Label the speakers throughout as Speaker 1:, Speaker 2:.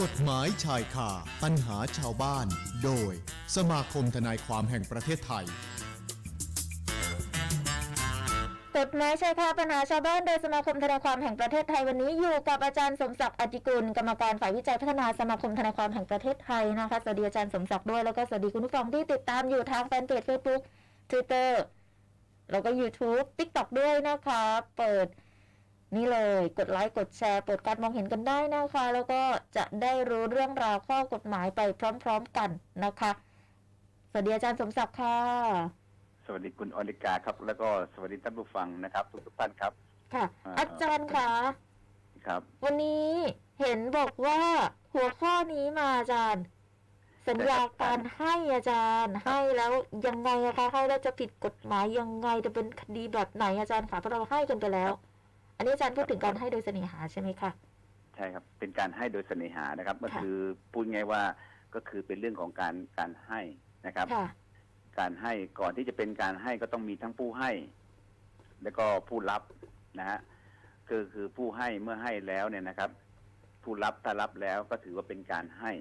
Speaker 1: กฎหมายชายคาปัญหาชาวบ้าน โดย สมาคมทนายความแห่งประเทศไทย
Speaker 2: กฎหมายชายคาปัญหาชาวบ้านโดยสมาคมทนายความแห่งประเทศไทยวันนี้อยู่กับอาจารย์สมศักดิ์อติกุลกรรมการฝ่ายวิจัยพัฒนาสมาคมทนายความแห่งประเทศไทยนะคะสวัสดีอาจารย์สมศักดิ์ด้วยแล้วก็สวัสดีคุณผู้ฟังที่ติดตามอยู่ทางแฟนเพจ Facebook Twitter แล้วก็ YouTube TikTok ด้วยนะคะ เปิดนี่เลยกดไลค์กดแชร์เปิดการมองเห็นกันได้นะคะ แล้วก็จะได้รู้เรื่องราวข้อกฎหมายไปพร้อม ๆ กันนะคะสวัสดีอาจารย์สมศักดิ์ค่ะ
Speaker 3: สวัสดีคุณอนิกาครับ แล้วก็สวัสดีท่านผู้ฟังนะครับ ทุกทุกๆท่านครับ
Speaker 2: ค่ะ อาจารย์ค่ะ
Speaker 3: ครับ
Speaker 2: วันนี้เห็นบอกว่าหัวข้อนี้มาอาจารย์ สัญญาการให้อาจารย์ให้แล้วยังไงอะคะให้แล้วจะผิดกฎหมายยังไงจะเป็นคดีแบบไหนอาจารย์คะเพราะเราให้กันไปแล้ว อันนี้อาจารย์พูดถึงการให้โดยเสน่หาใช่ไหมคะ
Speaker 3: ใช่ครับ เป็นการให้โดยเสน่หานะครับ ก็
Speaker 2: ค่ะ
Speaker 3: คือพูดง่ายว่าก็คือเป็นเรื่องของการการให้นะครับ
Speaker 2: ค่ะ
Speaker 3: การให้ก่อนที่จะเป็นการให้ก็ต้องมีทั้งผู้ให้ แล้วก็ผู้รับนะฮะคือคือผู้ให้เมื่อให้แล้วเนี่ยนะครับ ผู้รับถ้ารับแล้วก็ถือว่าเป็นการให้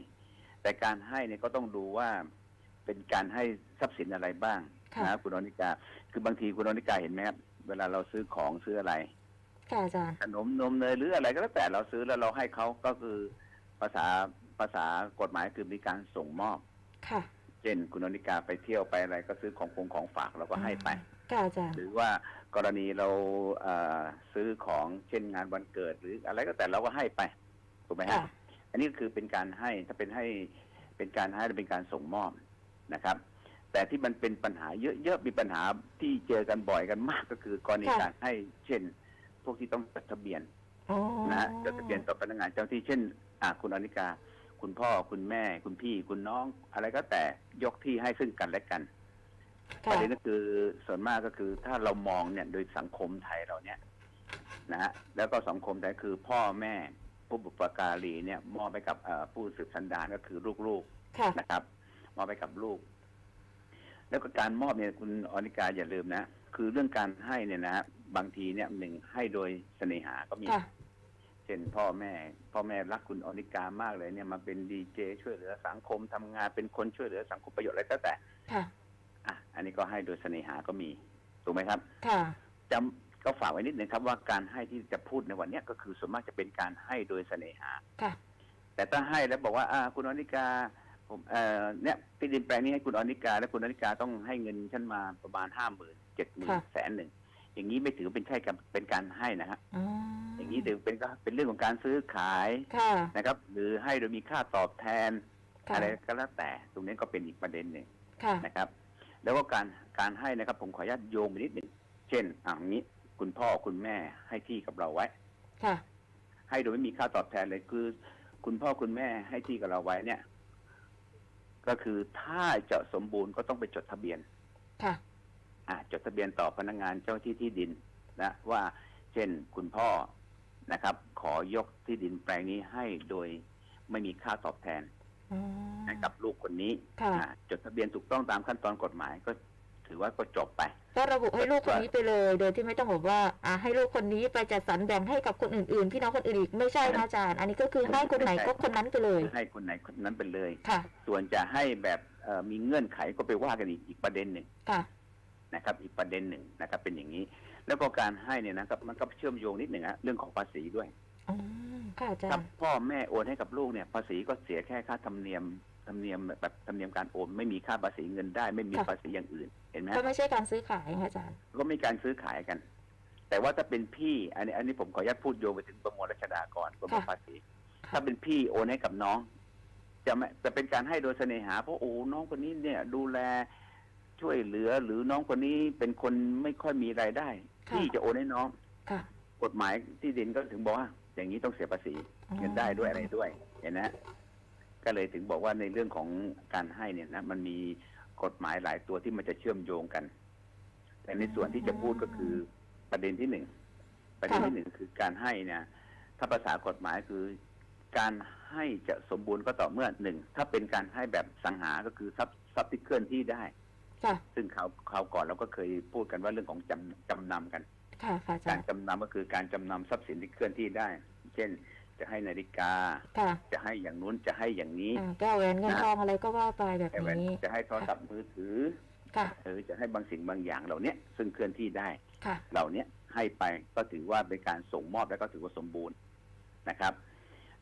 Speaker 3: แต่การให้เนี่ยก็ต้องดูว่าเป็นการให้ทรัพย์สินอะไรบ้าง
Speaker 2: ค่ะ
Speaker 3: นะคุณอนิกา คือบางทีคุณอนิกาเห็นไหมครับเวลาเราซื้อของซื้ออะไร
Speaker 2: ค่ะอาจารย์
Speaker 3: ขนมนมเนยหรืออะไรก็แล้วแต่เราซื้อแล้วเราให้เขาก็คือภาษาภาษากฎหมายคือมีการส่งมอบ
Speaker 2: ค่ะ
Speaker 3: เช่นคุณอนิกาไปเที่ยวไปอะไรก็ซื้อของคงของฝากเราก็ให้ไป
Speaker 2: ค่ะอาจารย์
Speaker 3: หรือว่ากรณีเราเอ่อซื้อของเช่นงานวันเกิดหรืออะไรก็แต่เราก็ให้ไปถูกไหมฮะ
Speaker 2: ค่ะ
Speaker 3: อันนี้ก็คือเป็นการให้ถ้าเป็นให้เป็นการให้หรือเป็นการส่งมอบนะครับ แต่ที่มันเป็นปัญหาเยอะๆมีปัญหาที่เจอกันบ่อยกันมากก็คือกรณีการให้เช่น พวกที่ต้องจดทะเบียน
Speaker 2: อ๋อ
Speaker 3: นะฮะจดทะเบียนต่อพนักงานเจ้าที่เช่นอ่ะคุณอนิกา คุณพ่อคุณแม่ คุณพี่คุณน้อง อะไรก็แต่ยกที่ให้ซึ่งกันและกันป
Speaker 2: ค่ะ
Speaker 3: ระเด็นก็คือส่วนมากก็คือถ้าเรามองเนี่ยโดยสังคมไทยเราเนี่ยนะฮะแล้วก็สังคมไทยคือพ่อแม่ผู้บุปการีเนี่ยมอบไปกับเอ่อผู้สืบสันดานก็คือลูกๆ
Speaker 2: ค่ะ
Speaker 3: นะครับมอบไปกับลูก แล้วก็การมอบเนี่ยคุณอนิกาอย่าลืมนะคือเรื่องการให้เนี่ยนะฮะบางทีเนี่ยหนึ่งให้โดยเสน่หาก็มี
Speaker 2: ค่ะ
Speaker 3: เช่นพ่อแม่ พ่อแม่รักคุณอนิกามากเลยเนี่ยมาเป็นดีเจช่วยเหลือสังคมทำงานเป็นคนช่วยเหลือสังคมประโยชน์อะไรก็แต่
Speaker 2: ค่ะ
Speaker 3: อ่ะอันนี้ก็ให้โดยเสน่หาก็มีถูกไหมครับ
Speaker 2: ค่ะ
Speaker 3: จำก็ฝากไว้นิดนึงครับว่าการให้ที่จะพูดในวันเนี้ยก็คือส่วนมากจะเป็นการให้โดยเสน่หา
Speaker 2: ค่ะ
Speaker 3: แต่ถ้าให้แล้วบอกว่าอ่าคุณอนิกา ผมเอ่อเนี่ยที่ดินแปลงนี้ให้คุณอนิกา แล้วคุณอนิกาต้องให้เงินฉันมาประมาณห้าหมื่นเจ็ดหมื่นแสนหนึ่งอย่างนี้ไม่ถือเป็นใช่กับเป็นการให้นะฮะ
Speaker 2: อ๋อ
Speaker 3: อ
Speaker 2: อย่าง
Speaker 3: นี้ถือเป็นก็เป็นเรื่องของการซื้อขาย
Speaker 2: ค่ะ
Speaker 3: นะครับ หรือให้โดยมีค่าตอบแทน
Speaker 2: ค่ะ
Speaker 3: อะไรก็แล้วแต่ ตรงนี้ก็เป็นอีกประเด็นหนึ่ง
Speaker 2: ค่ะ
Speaker 3: นะครับ แล้วก็การการให้นะครับ ผมขออนุญาตโยงไปนิดหนึ่งเช่นอ่าอย่างนี้คุณพ่อคุณแม่ให้ที่กับเราไว้
Speaker 2: ค่ะ
Speaker 3: ให้โดยไม่มีค่าตอบแทนเลยคือ คุณพ่อคุณแม่ให้ที่กับเราไว้เนี่ย ก็คือถ้าจะสมบูรณ์ก็ต้องไปจดทะเบียน
Speaker 2: ค่ะ
Speaker 3: อ่ะจดทะเบียนต่อพนักงานเจ้าที่ที่ดินนะว่าเช่นคุณพ่อนะครับ ขอยกที่ดินแปลงนี้ให้โดยไม่มีค่าตอบแทน
Speaker 2: อ๋อ
Speaker 3: ให้กับลูกคนนี้
Speaker 2: ค่ะ
Speaker 3: อ่ะจดทะเบียนถูกต้องตามขั้นตอนกฎหมายก็ถือว่าก็จบไป
Speaker 2: ก็ระบุให้ลูกคนนี้ไปเลย โดยที่ไม่ต้องบอกว่า อ่าให้ลูกคนนี้ไปจัดสรรแบ่งให้กับคนอื่นๆ พี่น้องคนอื่นอีกไม่ใช่นะอาจารย์ อันนี้ก็คือให้คนไหนก็คนนั้นไปเลย
Speaker 3: ให้คนไหนคนนั้นไปเลย
Speaker 2: ค่ะ
Speaker 3: ส่วนจะให้แบบเอ่อมีเงื่อนไขก็ไปว่ากันอีกอีกประเด็นหนึ่ง
Speaker 2: ค่ะ
Speaker 3: นะครับอีกประเด็นหนึ่งนะครับเป็นอย่างนี้ แล้วก็การให้เนี่ยนะครับมันก็เชื่อมโยงนิดหนึ่งฮะเรื่องของภาษีด้วย
Speaker 2: อืมค่ะอาจา
Speaker 3: ถ้าร
Speaker 2: ย์
Speaker 3: พ่อแม่โอนให้กับลูกเนี่ยภาษีก็เสียแค่ค่าธรรมเนียมธรรมเนียมแบบธรรมเนียมการโอนไม่มีค่าภาษีเงินได้ ไม่มี
Speaker 2: ค่ะ
Speaker 3: ภาษีอย่างอื่นเห็นไหมฮะ
Speaker 2: ก็ไม่ใช่การซื้อขายค่ะอาจารย์
Speaker 3: ก็มีการซื้อขายกัน แต่ว่าถ้าเป็นพี่อันนี้อันนี้ผมขออนุญาตพูดโยงไปถึงประมวลรัชดากรประมวล
Speaker 2: ค่ะ
Speaker 3: ภาษี
Speaker 2: ค่ะ
Speaker 3: ถ้าเป็นพี่โอนให้กับน้อง จะไม่จะเป็นการให้โดยเสน่หาเพราะโอ้น้องคนนี้เนี่ย ดูแลช่วยเหลือหรือน้องคนนี้เป็นคนไม่ค่อยมีรายได้
Speaker 2: ค่ะ
Speaker 3: ที่จะโอนให้น้อง
Speaker 2: ค่ะ
Speaker 3: กฎหมายที่ดินก็ถึงบอกว่า อย่างนี้ต้องเสียภาษีเงินได้ด้วยอะไรด้วย เห็นนะฮะก็เลยถึงบอกว่าในเรื่องของการให้เนี่ยนะมันมีกฎหมายหลายตัวที่มันจะเชื่อมโยงกัน แต่ในส่วนที่จะพูดก็คือประเด็นที่หนึ่งประเด็นที่หนึ่งคือการให้เนี่ยถ้าภาษากฎหมายคือ การให้จะสมบูรณ์ก็ต่อเมื่อหนึ่งถ้าเป็นการให้แบบสังหาก็คือทรัพย์ทรัพย์ที่เคลื่อนที่ได้
Speaker 2: ค่ะ
Speaker 3: ซึ่งคราวคราวก่อนเราก็เคยพูดกันว่าเรื่องของจำจำนำกัน
Speaker 2: ค่ะค่ะอาจาก
Speaker 3: าร
Speaker 2: รย์
Speaker 3: จำนำก็คือการจำนำทรัพย์สินที่เคลื่อนที่ได้ เช่น จะให้นาฬิกา
Speaker 2: ค่ะ
Speaker 3: จะให้อย่างนู้นจะให้อย่างนี้
Speaker 2: อ่าแก้วแหวนเงินทองอะไรก็ว่าไปแบบ
Speaker 3: ไอ้แหวน
Speaker 2: นี้
Speaker 3: จะให้โทรศัพท์มือถือ
Speaker 2: ค่ะ
Speaker 3: หรือจะให้บางสิ่งบางอย่างเหล่าเนี้ยซึ่งเคลื่อนที่ได้
Speaker 2: ค่ะ
Speaker 3: เหล่าเนี้ยให้ไปก็ถือว่าเป็นการส่งมอบและก็ถือว่าสมบูรณ์นะครับ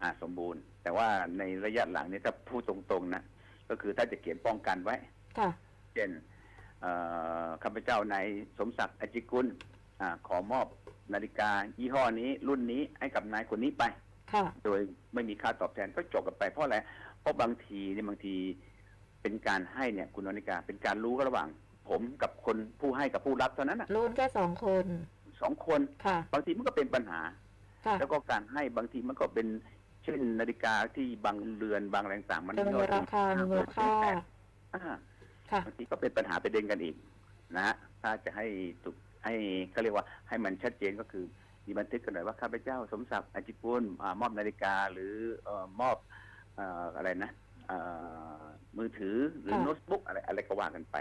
Speaker 3: อ่าสมบูรณ์ แต่ว่าในระยะหลังเนี่ยถ้าพูดตรงๆนะก็คือถ้าจะเขียนป้องกันไว้
Speaker 2: ค่ะ
Speaker 3: เช่นเอ่อข้าพเจ้านายสมศักดิ์อจจิกุลอาขอมอบนาฬิกา ยี่ห้อนี้รุ่นนี้ให้กับนายคนนี้ไป
Speaker 2: ค่ะ
Speaker 3: โดยไม่มีค่าตอบแทนก็จบกันไปเพราะอะไรเพราะบางทีเนี่ยบางทีเป็นการให้เนี่ยคุณนาฬิกาเป็นการรู้ระหว่าง ผมกับคนผู้ให้กับผู้รับเท่านั้นนะ
Speaker 2: รุ่นแค่สองคน
Speaker 3: สองคน
Speaker 2: ค่ะ
Speaker 3: บางทีมันก็เป็นปัญหา
Speaker 2: ค่ะ
Speaker 3: แล้วก็การให้บางทีมันก็เป็นเช่นนาฬิกาที่บางเรือนบางแรงต่างมัน
Speaker 2: เป็นมูลค่ามีมูลค่า
Speaker 3: อ่า
Speaker 2: ค่ะ
Speaker 3: บางทีก็เป็นปัญหาประเด็นกันอีกนะฮะถ้าจะให้ถูกให้เขาเรียกว่าให้มันชัดเจนก็คือมีบันทึกกันหน่อยว่าข้าพเจ้าสมศักดิ์อจจิปุลอ่ามอบนาฬิกาหรือเอ่อมอบเอ่ออะไรนะเอ่อมือถือหรือ
Speaker 2: ค่ะ
Speaker 3: โน้ตบุ๊กอะไรอะไรก็ว่ากันไป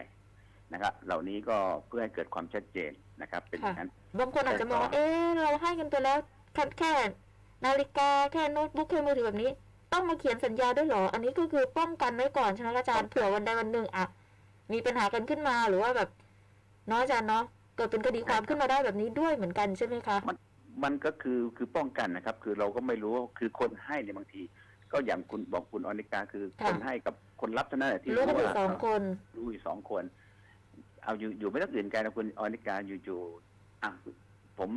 Speaker 3: นะครับ เหล่านี้ก็เพื่อให้เกิดความชัดเจนนะครับ เป็นอย่างนั้น
Speaker 2: บางคนอาจจะมองว่าเอ๊ะเราให้กันไปแล้วแค่แค่นาฬิกาแค่โน้ตบุ๊กแค่มือถือแบบนี้ ต้องมาเขียนสัญญาด้วยเหรอ อันนี้ก็คือป้องกันไว้ก่อนใช่ไหมคะอาจารย์เผื่อวันใดวันหนึ่งอะมีปัญหากันขึ้นมาหรือว่าแบบเนาะอาจารย์เนาะเกิดเป็นคดีความขึ้นมาได้แบบนี้ด้วยเหมือนกันใช่ไหมคะ
Speaker 3: มันก็คือคือป้องกันนะครับ คือเราก็ไม่รู้ว่าคือคนให้เนี่ยบางที ก็อย่างคุณบอกคุณอนิกาคือ
Speaker 2: ค่ะ
Speaker 3: คนให้กับคนรับเท่านั้นแหละที่
Speaker 2: รู้กันอยู่
Speaker 3: ว่า
Speaker 2: สองคน
Speaker 3: รู้อยู่สองคน เอาอยู่อยู่ไม่ต้องอื่นไกลนะคุณออนิกาอยู่อยู่อ่ะผม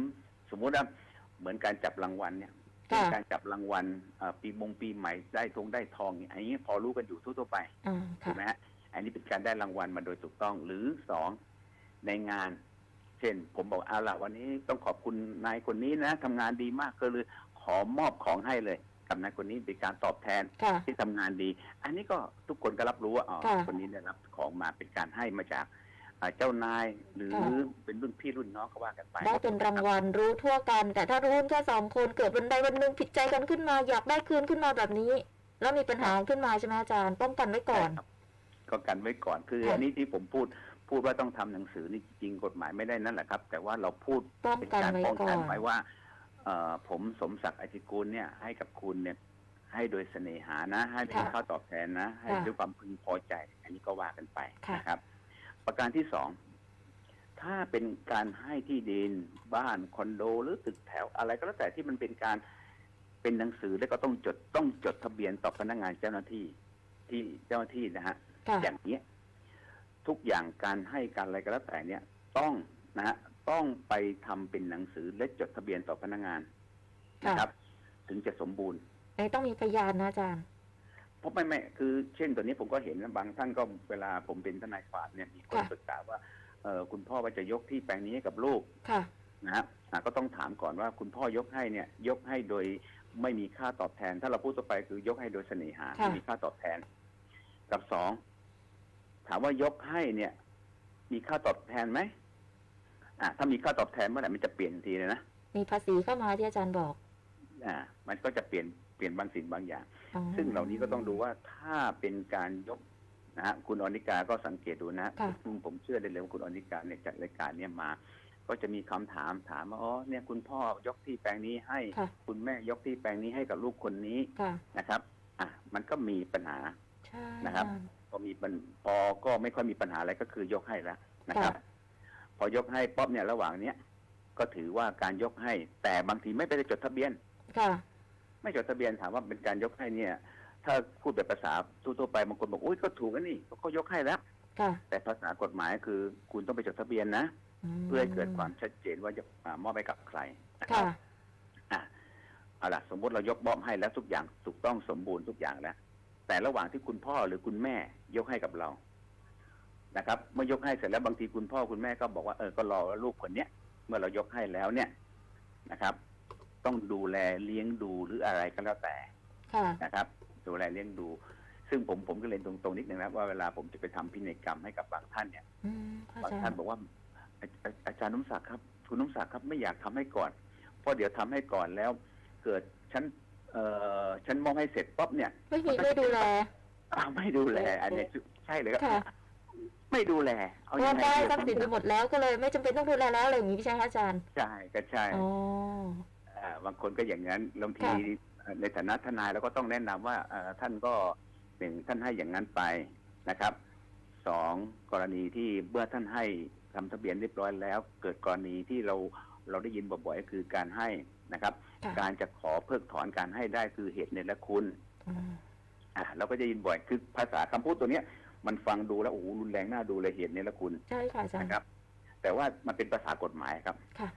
Speaker 3: สมมุติว่าเหมือนการจับรางวัลเนี่ย
Speaker 2: ค่ะ
Speaker 3: เป็นการจับรางวัลเอ่อปีมงปีใหม่ได้ทงได้ทองเนี่ยอันนี้พอรู้กันอยู่ทั่วๆไป
Speaker 2: อ่า
Speaker 3: ถู
Speaker 2: ค่ะ
Speaker 3: กไหมฮะอันนี้เป็นการได้รางวัลมาโดยถูกต้องหรือสองในงาน เช่น ผมบอกเอาละวันนี้ต้องขอบคุณนายคนนี้นะทำงานดีมากก็เลยขอมอบของให้เลยกับนายคนนี้เป็นการตอบแทน
Speaker 2: ค่ะ
Speaker 3: ที่ทำงานดี อันนี้ก็ทุกคนก็รับรู้ว่าอ๋อ
Speaker 2: ค่ะ
Speaker 3: คนนี้ได้รับของมาเป็นการให้มาจากอ่าเจ้านายหรือ
Speaker 2: ค่ะ
Speaker 3: เป็นรุ่นพี่รุ่นน้องก็ว่ากันไป
Speaker 2: ได้เป็นรางวัลรู้ทั่วกัน แต่ถ้ารู้แค่สองคนเกิดวันใดวันหนึ่งผิดใจกันขึ้นมา อยากได้คืนขึ้นมาแบบนี้ แล้วมีปัญหาขึ้นมาใช่ไหมอาจารย์ป้องกันไว้ก่อน
Speaker 3: ใช่ครับก็กันไว้ก่อน คือ
Speaker 2: ค่ะ
Speaker 3: อันนี้ที่ผมพูดพูดว่าต้องทำหนังสือนี่จริงๆกฎหมายไม่ได้นั่นแหละครับ แต่ว่าเราพูด
Speaker 2: ป้อง
Speaker 3: เป็น
Speaker 2: กัน
Speaker 3: การ
Speaker 2: ไว้
Speaker 3: ป้อง
Speaker 2: ก่อ
Speaker 3: กัน นไว้ว่าเอ่อผมสมศักดิ์อธิกูลเนี่ยให้กับคุณเนี่ย ให้โดยเสน่หานะ ให้เป็น
Speaker 2: ค่ะ
Speaker 3: ข้าวตอบแทนนะ ให้
Speaker 2: ค่ะ
Speaker 3: ด้วยความพึงพอใจ อันนี้ก็ว่ากันไป
Speaker 2: ค่ะ
Speaker 3: นะครับ ประการที่สอง ถ้าเป็นการให้ที่ดินบ้านคอนโดหรือตึกแถวอะไรก็แล้วแต่ที่มันเป็นการเป็นหนังสือแล้วก็ต้องจดต้องจดทะเบียนต่อพนักงานเจ้าหน้าที่ที่เจ้าหน้าที่นะฮะ
Speaker 2: ค่ะ
Speaker 3: อย่างเนี้ยทุกอย่างการให้การอะไรก็แล้วแต่เนี่ย ต้องนะฮะต้องไปทำเป็นหนังสือและจดทะเบียนต่อพนักงานนะครับ ถึงจะสมบูรณ์
Speaker 2: ไอ้ต้องมีพยานนะอาจารย์
Speaker 3: เพราะไม่ไม่คือเช่นตัวนี้ผมก็เห็นนะบางท่านก็เวลาผมเป็นทนายความเนี่ยมีคน
Speaker 2: ค่ะ
Speaker 3: ปรึกษาว่าเออคุณพ่อว่าจะยกที่แปลงนี้ให้กับลูก
Speaker 2: ค่ะ
Speaker 3: นะฮะอ่ะก็ต้องถามก่อนว่าคุณพ่อยกให้เนี่ย ยกให้โดยไม่มีค่าตอบแทน ถ้าเราพูดต่อไปคือยกให้โดยเสน่หา
Speaker 2: ค่ะ
Speaker 3: ไม่มีค่าตอบแทน กับสองถามว่ายกให้เนี่ย มีค่าตอบแทนไหมอ่ะถ้ามีค่าตอบแทนเมื่อไหร่มันจะเปลี่ยนทีเลยนะ
Speaker 2: มีภาษีเข้ามาที่อาจารย์บอก
Speaker 3: อ่า มันก็จะเปลี่ยนเปลี่ยนบางสิ่งบางอย่าง
Speaker 2: อ๋อ
Speaker 3: ซึ่งเหล่านี้ก็ต้องดูว่าถ้าเป็นการยกนะฮะคุณอนิกาก็สังเกตดูนะฮะ
Speaker 2: ค่ะ
Speaker 3: ซึ่งผมเชื่อได้เลยว่าคุณอนิกาเนี่ยจัดรายการเนี่ยมา ก็จะมีคำถามถามว่าอ๋อเนี่ยคุณพ่อยกที่แปลงนี้ให้
Speaker 2: ค่ะ
Speaker 3: คุณแม่ยกที่แปลงนี้ให้กับลูกคนนี้
Speaker 2: ค่ะ
Speaker 3: นะครับอ่ะมันก็มีปัญหา
Speaker 2: ใช่
Speaker 3: นะครับ พอมีปัญพอก็ไม่ค่อยมีปัญหาอะไรก็คือยกให้แล้วนะครับ
Speaker 2: ค่ะ
Speaker 3: พอยกให้ป๊อบเนี่ยระหว่างเนี้ยก็ถือว่าการยกให้ แต่บางทีไม่ไปจดทะเบียน
Speaker 2: ค่ะ
Speaker 3: ไม่จดทะเบียนถามว่าเป็นการยกให้เนี่ย ถ้าพูดแบบภาษาทั่วๆไปบางคนบอกอุ้ยก็ถูกแล้วนี่ก็ยกให้แล้ว
Speaker 2: ค่ะ
Speaker 3: แต่ภาษากฎหมายคือ คุณต้องไปจดทะเบียนนะ
Speaker 2: ม
Speaker 3: เพื่อให้เกิดความชัดเจนว่าจะอ่ามอบไปกับใครนะครั
Speaker 2: ค่ะ
Speaker 3: บอ่ะเอาล่ะสมมติเรายกมอบให้แล้วทุกอย่างถูกต้องสมบูรณ์ทุกอย่างแล้ว แต่ระหว่างที่คุณพ่อหรือคุณแม่ยกให้กับเรานะครับ เมื่อยกให้เสร็จแล้วบางทีคุณพ่อคุณแม่ก็บอกว่าเออก็รอลูกคนเนี้ยเมื่อเรายกให้แล้วเนี่ยนะครับ ต้องดูแลเลี้ยงดูหรืออะไรก็แล้วแต่
Speaker 2: ค่ะ
Speaker 3: นะครับดูแลเลี้ยงดู ซึ่งผมผมก็เรียนตรงๆนิดนึงนะว่าเวลาผมจะไปทำพินัยกรรมให้กับบางท่านเนี่ย
Speaker 2: อืมเข้า
Speaker 3: บาง
Speaker 2: ใจ
Speaker 3: ท่านบอกว่าอาอาอาจารย์น้ำศักดิ์ครับคุณน้ำศักดิ์ครับไม่อยากทำให้ก่อน เพราะเดี๋ยวทำให้ก่อนแล้ว เกิดฉันเอ่อฉันมองให้เสร็จปั๊บเนี่ย
Speaker 2: ไม่มีไม่ดูแล
Speaker 3: อ้าวไม่ดูแล อันเนี้ยใช่เลยครับ
Speaker 2: ค่ะ
Speaker 3: ไม่ดูแล เอา
Speaker 2: เพ
Speaker 3: ยั
Speaker 2: ราะ
Speaker 3: งไง
Speaker 2: ได้
Speaker 3: เนี่ย
Speaker 2: ทรัพย์สินไปหมดแล้วก็เลยไม่จำเป็นต้องดูแลแล้วอะไรอย่างนี้ใช่ไหมคะอาจารย์
Speaker 3: ใช่ก็ใช่
Speaker 2: อ๋อ
Speaker 3: อ่าบางคนก็อย่างนั้นบางที
Speaker 2: ค่ะ
Speaker 3: เ ในฐานะทนายเราก็ต้องแนะนำว่าเอ่อท่านก็หนึ่งท่านให้อย่างนั้นไปนะครับสองกรณีที่เมื่อท่านให้ทำทะเบียนเรียบร้อยแล้ว เกิดกรณีที่เราเราได้ยินบ่อยๆก็คือการให้นะครับ
Speaker 2: ค่ะ
Speaker 3: การจะขอเพิกถอนการให้ได้คือเหตุเนรคุณ
Speaker 2: อืม
Speaker 3: อ่าเราก็จะยินบ่อยคือภาษาคำพูดตัวเนี้ย มันฟังดูแล้วโอ้โหรุนแรงน่าดูเลยเหตุเนรคุณ
Speaker 2: ใช่ค่ะอาจารย์
Speaker 3: นะครับ แต่ว่ามันเป็นภาษากฎหมายครับ
Speaker 2: ค่ะ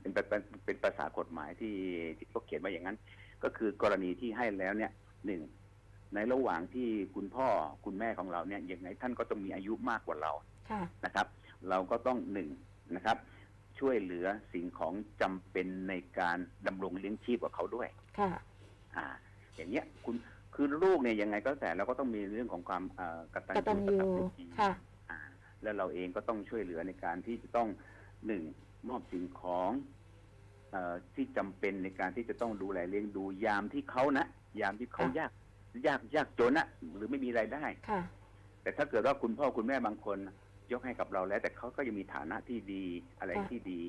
Speaker 3: เป็นเป็นเป็นภาษากฎหมายที่ที่เขาเขียนมาอย่างนั้น ก็คือกรณีที่ให้แล้วเนี่ยหนึ่งในระหว่างที่คุณพ่อคุณแม่ของเราเนี่ยยังไงท่านก็ต้องมีอายุมากกว่าเรา
Speaker 2: ค่ะ
Speaker 3: นะครับ เราก็ต้องหนึ่งนะครับ ช่วยเหลือสิ่งของจำเป็นในการดำรงเลี้ยงชีพกับเขาด้วย
Speaker 2: ค่ะ
Speaker 3: อ่า อย่างเงี้ยคุณคือลูกเนี่ยยังไงก็แต่เราก็ต้องมีเรื่องของความเอ่อกตัญ
Speaker 2: กตัญญู
Speaker 3: กตเวที
Speaker 2: ค่ะ
Speaker 3: อ่า แล้วเราเองก็ต้องช่วยเหลือในการที่จะต้องหนึ่งมอบสิ่งของเอ่อที่จำเป็นในการที่จะต้องดูแลเลี้ยงดูยามที่เขานะยามที่เขายาก ยากยากจนนะหรือไม่มีรายได้
Speaker 2: ค่ะ
Speaker 3: แต่ถ้าเกิดว่าคุณพ่อคุณแม่บางคนยกให้กับเราแล้ว แต่เขาก็ยังมีฐานะที่ดีอะไร
Speaker 2: ค่ะ
Speaker 3: ที่ดี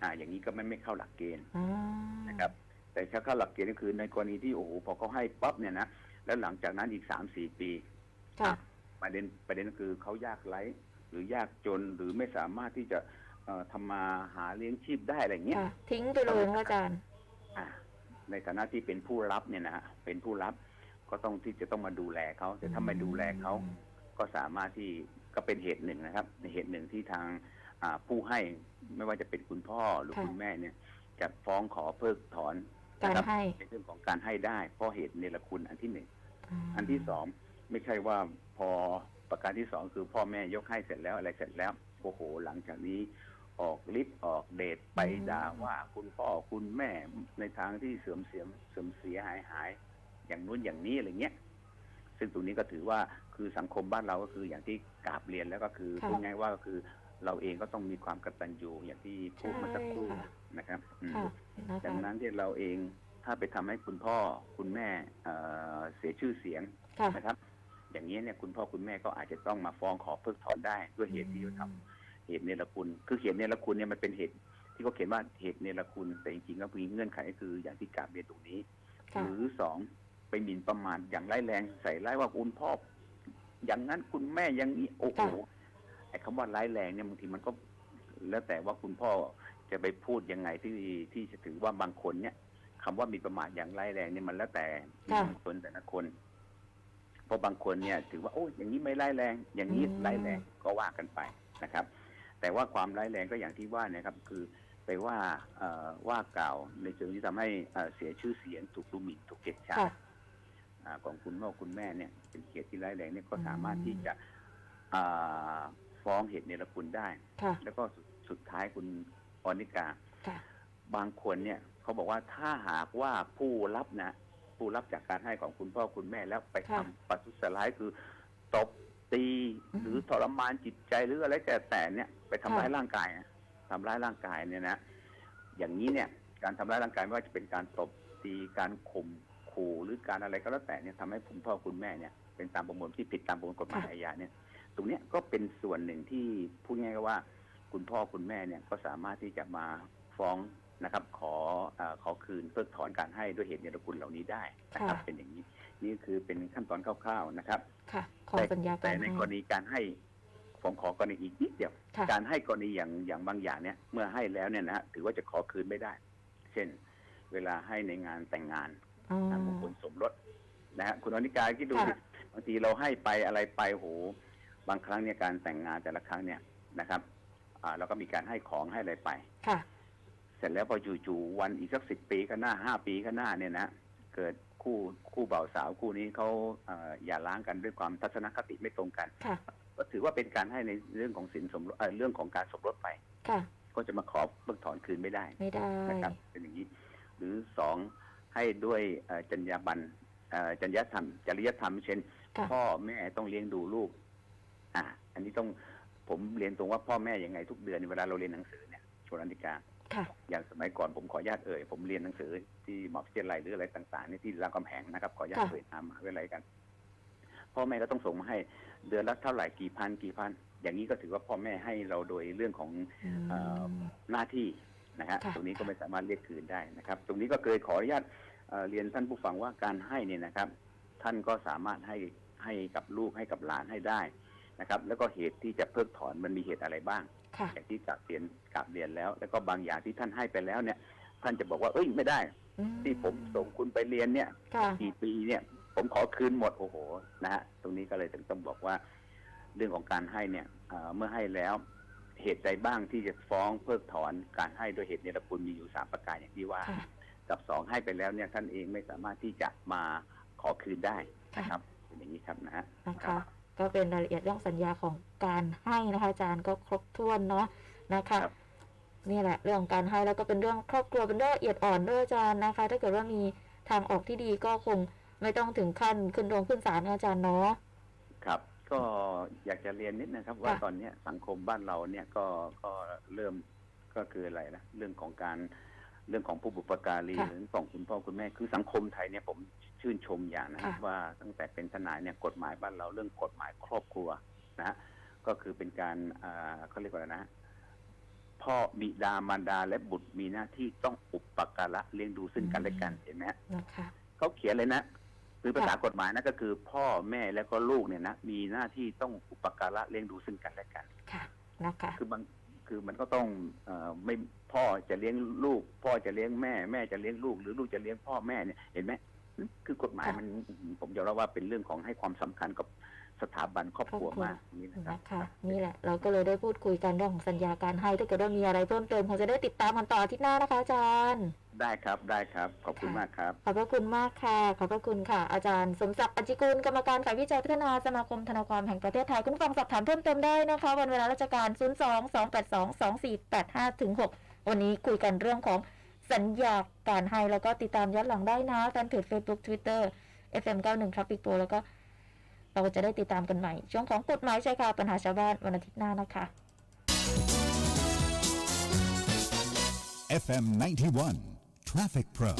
Speaker 3: อ่า อย่างนี้ก็ไม่ไม่เข้าหลักเกณฑ์
Speaker 2: อ๋อ
Speaker 3: นะครับแต่ถ้าเข้าหลักเกณฑ์ก็คือในกรณีที่โอ้โหพอเขาให้ปั๊บเนี่ยนะแล้วหลังจากนั้นอีกสามสี่ปี
Speaker 2: ค่ะ
Speaker 3: ประเด็นประเด็นก็คือเขายากไร้หรือยากจนหรือไม่สามารถที่จะเอ่อทำมาหาเลี้ยงชีพได้อะไรเงี้ย
Speaker 2: ค่ะ ทิ้งไปเลยค่ะอาจารย์
Speaker 3: อ่าในฐานะที่เป็นผู้รับเนี่ยนะฮะเป็นผู้รับก็ต้องที่จะต้องมาดูแลเขาแต่ถ้าไม่ดูแลเขาก็สามารถที่ก็เป็นเหตุหนึ่งนะครับในเหตุหนึ่งที่ทางอ่าผู้ให้ไม่ว่าจะเป็นคุณพ่อหรือ
Speaker 2: ค่ะ
Speaker 3: คุณแม่เนี่ยจะฟ้องขอเพิกถอน
Speaker 2: การให้
Speaker 3: ในเรื่องของการให้ได้เพราะเหตุเนรคุณอันที่หนึ่ง
Speaker 2: ม
Speaker 3: อันที่สองไม่ใช่ว่าพอประการที่สองคือพ่อแม่ยกให้เสร็จแล้วอะไรเสร็จแล้วโอ้โหหลังจากนี้ออกลิฟต์ออกเดทไปด่าว่าคุณพ่อคุณแม่ในทางที่เสื่อมเสียมเสื่อมเสียหายหายอย่างนู้นอย่างนี้อะไรเงี้ย ซึ่งตรงนี้ก็ถือว่าคือสังคมบ้านเราก็คืออย่างที่กราบเรียนแล้วก็คือ
Speaker 2: ค่ะ
Speaker 3: พูดง่ายๆว่าก็คือเราเองก็ต้องมีความกตัญญูอย่างที่พูดเมาสักครู่
Speaker 2: ใช่ค่ะ
Speaker 3: นะครับอืม
Speaker 2: ค่ะนะ
Speaker 3: ดั
Speaker 2: คะ
Speaker 3: งนั้นที่ยเราเองถ้าไปทำให้คุณพ่อคุณแม่เอ่อเสียชื่อเสียง
Speaker 2: ค่ะ
Speaker 3: นะครับ อย่างนี้ยเนี่ยคุณพ่อคุณแม่ก็อาจจะต้องมาฟ้องขอเพิกถอนได้ด้วยเหตุที่ทำเหตุเนรคุณ คือเหตุเนรคุณเนี่ยมันเป็นเหตุที่เขาเขียนว่าเหตุเนรคุณแต่จริงๆก็มีเงื่อนไขก็คืออย่างที่กราบเรียนตรงนี้
Speaker 2: ค่ะ
Speaker 3: หรือสองไปหมิ่นประมาทอย่างร้ายแรงใส่ร้ายว่าคุณพ่ออย่างนั้นคุณแม่อย่างนี้โอ้โห
Speaker 2: ค่ะ
Speaker 3: ไอ้คำว่าร้ายแรงเนี่ยบางทีมันก็ แล้วแต่ว่าคุณพ่อจะไปพูดยังไงที่ที่จะถือว่าบางคนเนี่ยคำว่าหมีประมาทอย่างร้ายแรงเนี่ยมันแล้วแต่คนแต่ละคนเพราะบางคนเนี่ยถือว่าโอ้ยอย่างนี้ไม่ร้ายแรง อย่างนี้ร้ายแรงก็ว่ากันไปนะครับ แต่ว่าความร้ายแรงก็อย่างที่ว่าเนยครับ คือไปว่าเอ่อว่ากล่าวในเชิงที่ทำให้เอ่อเสียชื่อเสียงถูกดูหมิ่นถูกเกลียดชัง
Speaker 2: ค่ะ
Speaker 3: อ่าของคุณพ่อคุณแม่เนี่ย เป็นเกียรติที่ร้ายแรงเนี่ยก็
Speaker 2: อืม
Speaker 3: สามารถที่จะอ่าฟ้องเหตุเนรคุณได้
Speaker 2: ค่ะ
Speaker 3: แล้วก็สุดสุดท้ายคุณออนิกา
Speaker 2: ค่ะ
Speaker 3: บางคนเนี่ยเขาบอกว่าถ้าหากว่าผู้รับนะ ผู้รับจากการให้ของคุณพ่อคุณแม่แล้วไป
Speaker 2: ค่ะ
Speaker 3: ทำปัสสุสร้ายคือตบตี
Speaker 2: อืม
Speaker 3: หรือทรมานจิตใจหรืออะไรแต่แต่เนี่ยไปทำร้าย
Speaker 2: ค่ะ
Speaker 3: ร่างกายอะทำร้ายร่างกายเนี่ยนะอย่างนี้เนี่ย การทำร้ายร่างกายไม่ว่าจะเป็นการตบตีการข่มขู่หรือการอะไรก็แล้วแต่เนี่ยทำให้คุณพ่อคุณแม่เนี่ย เป็นตามประมวลที่ผิดตามประมวลกฎหมาย
Speaker 2: ค่ะ
Speaker 3: อาญาเนี่ย ตรงเนี้ยก็เป็นส่วนหนึ่งที่พูดง่ายๆว่า คุณพ่อคุณแม่เนี่ยก็สามารถที่จะมาฟ้องนะครับ ขอเออขอคืนเพิกถอนการให้ด้วยเหตุเนรคุณเหล่านี้ได้นะครับ
Speaker 2: ค่ะ
Speaker 3: เป็นอย่างนี้ นี่คือเป็นขั้นตอนคร่าวๆนะครับ
Speaker 2: ค่ะ ขอสัญญา
Speaker 3: แต่
Speaker 2: การ
Speaker 3: ใน
Speaker 2: ให้
Speaker 3: กรณีการให้ผมขอกรณีอีกนิดเดียว
Speaker 2: ค่ะ
Speaker 3: การให้กรณีอย่างอย่างบางอย่างเนี่ย เมื่อให้แล้วเนี่ยนะฮะถือว่าจะขอคืนไม่ได้ เช่น เวลาให้ในงานแต่งงาน
Speaker 2: อ๋อ
Speaker 3: ทางมงคลสมรสนะฮะคุณอนิกาคิดดูดิ
Speaker 2: ค่ะ
Speaker 3: บางทีเราให้ไปอะไรไปโหบางครั้งเนี่ยการแต่งงานแต่ละครั้งเนี่ยนะครับ อ่าเราก็มีการให้ของให้อะไรไป
Speaker 2: ค่ะ
Speaker 3: เสร็จแล้วพอจู่ๆวันอีกสักสิบปีข้างหน้าห้าปีข้างหน้าเนี่ยนะเกิดคู่คู่บ่าวสาวคู่นี้เขาเอ่ออย่าร้างกันด้วยความทัศนคติไม่ตรงกัน
Speaker 2: ค่ะ
Speaker 3: ก็ถือว่าเป็นการให้ในเรื่องของสินสมรสเอ่อเรื่องของการสมรสไป
Speaker 2: ค่ะ
Speaker 3: ก็จะมาขอเพิกถอนคืนไม่ได้
Speaker 2: ไม่ได้
Speaker 3: นะครับเป็นอย่างนี้ หรือสองให้ด้วยเอ่อจรรยาบรรณเอ่อจรรยธรรม จริยธรรม เช่น
Speaker 2: ค่ะ
Speaker 3: พ่อแม่ต้องเลี้ยงดูลูก อ่า อันนี้ต้องผมเรียนตรงว่าพ่อแม่ยังไงทุกเดือนเวลาเราเรียนหนังสือเนี่ยชวนันติกา
Speaker 2: ค่ะ
Speaker 3: อย่างสมัยก่อนผมขออนุญาตเอ่ยผมเรียนหนังสือที่หมอพิเศษไรหรืออะไรต่างๆเนี่ยที่รามคำแหงนะครับ ขออนุญาต
Speaker 2: ค่ะ
Speaker 3: เอ่ยนามมหาวิทยาลัยกัน พ่อแม่ก็ต้องส่งมาให้เดือนละเท่าไหร่กี่พันกี่พัน อย่างนี้ก็ถือว่าพ่อแม่ให้เราโดยเรื่องของ
Speaker 2: อืม
Speaker 3: เอ่อ หน้าที่นะฮะ
Speaker 2: ค่ะ
Speaker 3: ตรงนี้ก็
Speaker 2: ค่ะ
Speaker 3: ไม่สามารถเรียกคืนได้นะครับ ตรงนี้ก็เคยขออนุญาต เอ่อเรียนท่านผู้ฟังว่าการให้เนี่ยนะครับ ท่านก็สามารถให้ให้กับลูกให้กับหลานให้ได้นะครับ แล้วก็เหตุที่จะเพิกถอนมันมีเหตุอะไรบ้าง
Speaker 2: ค่ะ
Speaker 3: อย่างที่กราบเรียนกราบเรียนแล้ว แล้วก็บางอย่างที่ท่านให้ไปแล้วเนี่ย ท่านจะบอกว่าเอ้ยไม่ได้
Speaker 2: อื
Speaker 3: ที่ผมส่งคุณไปเรียนเนี่ย
Speaker 2: ค่ะ
Speaker 3: กี่ปีเนี่ย ผมขอคืนหมดโอ้โหนะฮะตรงนี้ก็เลยถึงต้องบอกว่า เรื่องของการให้เนี่ยเอ่อเมื่อให้แล้ว เหตุใดบ้างที่จะฟ้องเพิกถอนการให้โดยเหตุเนรคุณมีอยู่สามประการอย่างที่ว่า
Speaker 2: ค่ะ
Speaker 3: กับสองให้ไปแล้วเนี่ยท่านเองไม่สามารถที่จะมาขอคืนได้
Speaker 2: ค่ะ
Speaker 3: นะครับเป็นอย่างนี้ครับนะฮะ
Speaker 2: นะคะ ก็เป็นรายละเอียดเรื่องสัญญาของการให้นะคะอาจารย์ก็ครบถ้วนเนาะนะคะ
Speaker 3: ครับ
Speaker 2: นี่แหละเรื่องของการให้แล้วก็เป็นเรื่องครอบครัวเป็นเรื่องละเอียดอ่อนด้วยอาจารย์นะคะ ถ้าเกิดว่ามีทางออกที่ดีก็คงไม่ต้องถึงขั้นขึ้นโรงขึ้นศาลนะอาจารย์เนาะ
Speaker 3: ครับก็อยากจะเรียนนิดนะครับว่า
Speaker 2: ค่ะ
Speaker 3: ตอนเนี้ยสังคมบ้านเราเนี่ยก็ก็เริ่มก็คืออะไรนะเรื่องของการเรื่องของผู้บุปการี
Speaker 2: ค่ะ
Speaker 3: หรือของคุณพ่อคุณแม่คือสังคมไทยเนี่ยผมชื่นชมอย่างนะครับ
Speaker 2: ค่ะ
Speaker 3: ว่าตั้งแต่เป็นทนายเนี่ยกฎหมายบ้านเราเรื่องกฎหมายครอบครัวนะฮะก็คือเป็นการอ่าเขาเรียกว่าอะไรนะ พ่อบิดามารดาและบุตรมีหน้าที่ต้องอุปการะเลี้ยงดูซึ่งกันและกันเห็นไหมฮะ
Speaker 2: นะคะ
Speaker 3: เขาเขียนเลยนะคือภาษา
Speaker 2: ค่ะ
Speaker 3: กฎหมายนะก็คือ พ่อแม่แล้วก็ลูกเนี่ยนะมีหน้าที่ต้องอุปการะเลี้ยงดูซึ่งกันและกัน
Speaker 2: ค่ะนะคะ
Speaker 3: คือบางคือมันก็ต้องเออไม่พ่อจะเลี้ยงลูก พ่อจะเลี้ยงแม่แม่จะเลี้ยงลูก หรือลูกจะเลี้ยงพ่อแม่เนี่ยเห็นไหมคือกฎหมาย
Speaker 2: ค่ะ
Speaker 3: มันผมยอมรับว่าเป็นเรื่องของให้ความสำคัญกับสถาบันครอบครัวมากนี่นะครับ
Speaker 2: นะคะนี่แหละเราก็เลยได้พูดคุยกันเรื่องของสัญญาการให้ถ้าเกิดว่ามีอะไรเพิ่มเติมคงจะได้ติดตามกันต่ออาทิตย์หน้านะคะอาจารย์
Speaker 3: ได้ครับได้ครับขอบคุณ
Speaker 2: ค่ะ
Speaker 3: มากครับ
Speaker 2: ขอบพระคุณมากค่ะ ขอบพระคุณค่ะ อาจารย์สมศักดิ์อจจิกุลกรรมการฝ่ายวิจัยพัฒนาสมาคมธนาความแห่งประเทศไทย คุณผู้ฟังสอบถามเพิ่มเติมได้นะคะ วันเวลาราชการ 0 2 2 8 2 2 4 8 5ถึง6วันนี้คุยกันเรื่องของสัญญาการให้แล้วก็ติดตามย้อนหลังได้นะแฟนเพจ Facebook Twitter FM 91 Traffic Pro แล้วก็ เราจะได้ติดตามกันใหม่ ช่วงของกฎหมายชายคาปัญหาชาวบ้านวันอาทิตย์หน้านะคะ
Speaker 4: FM 91, Traffic Pro.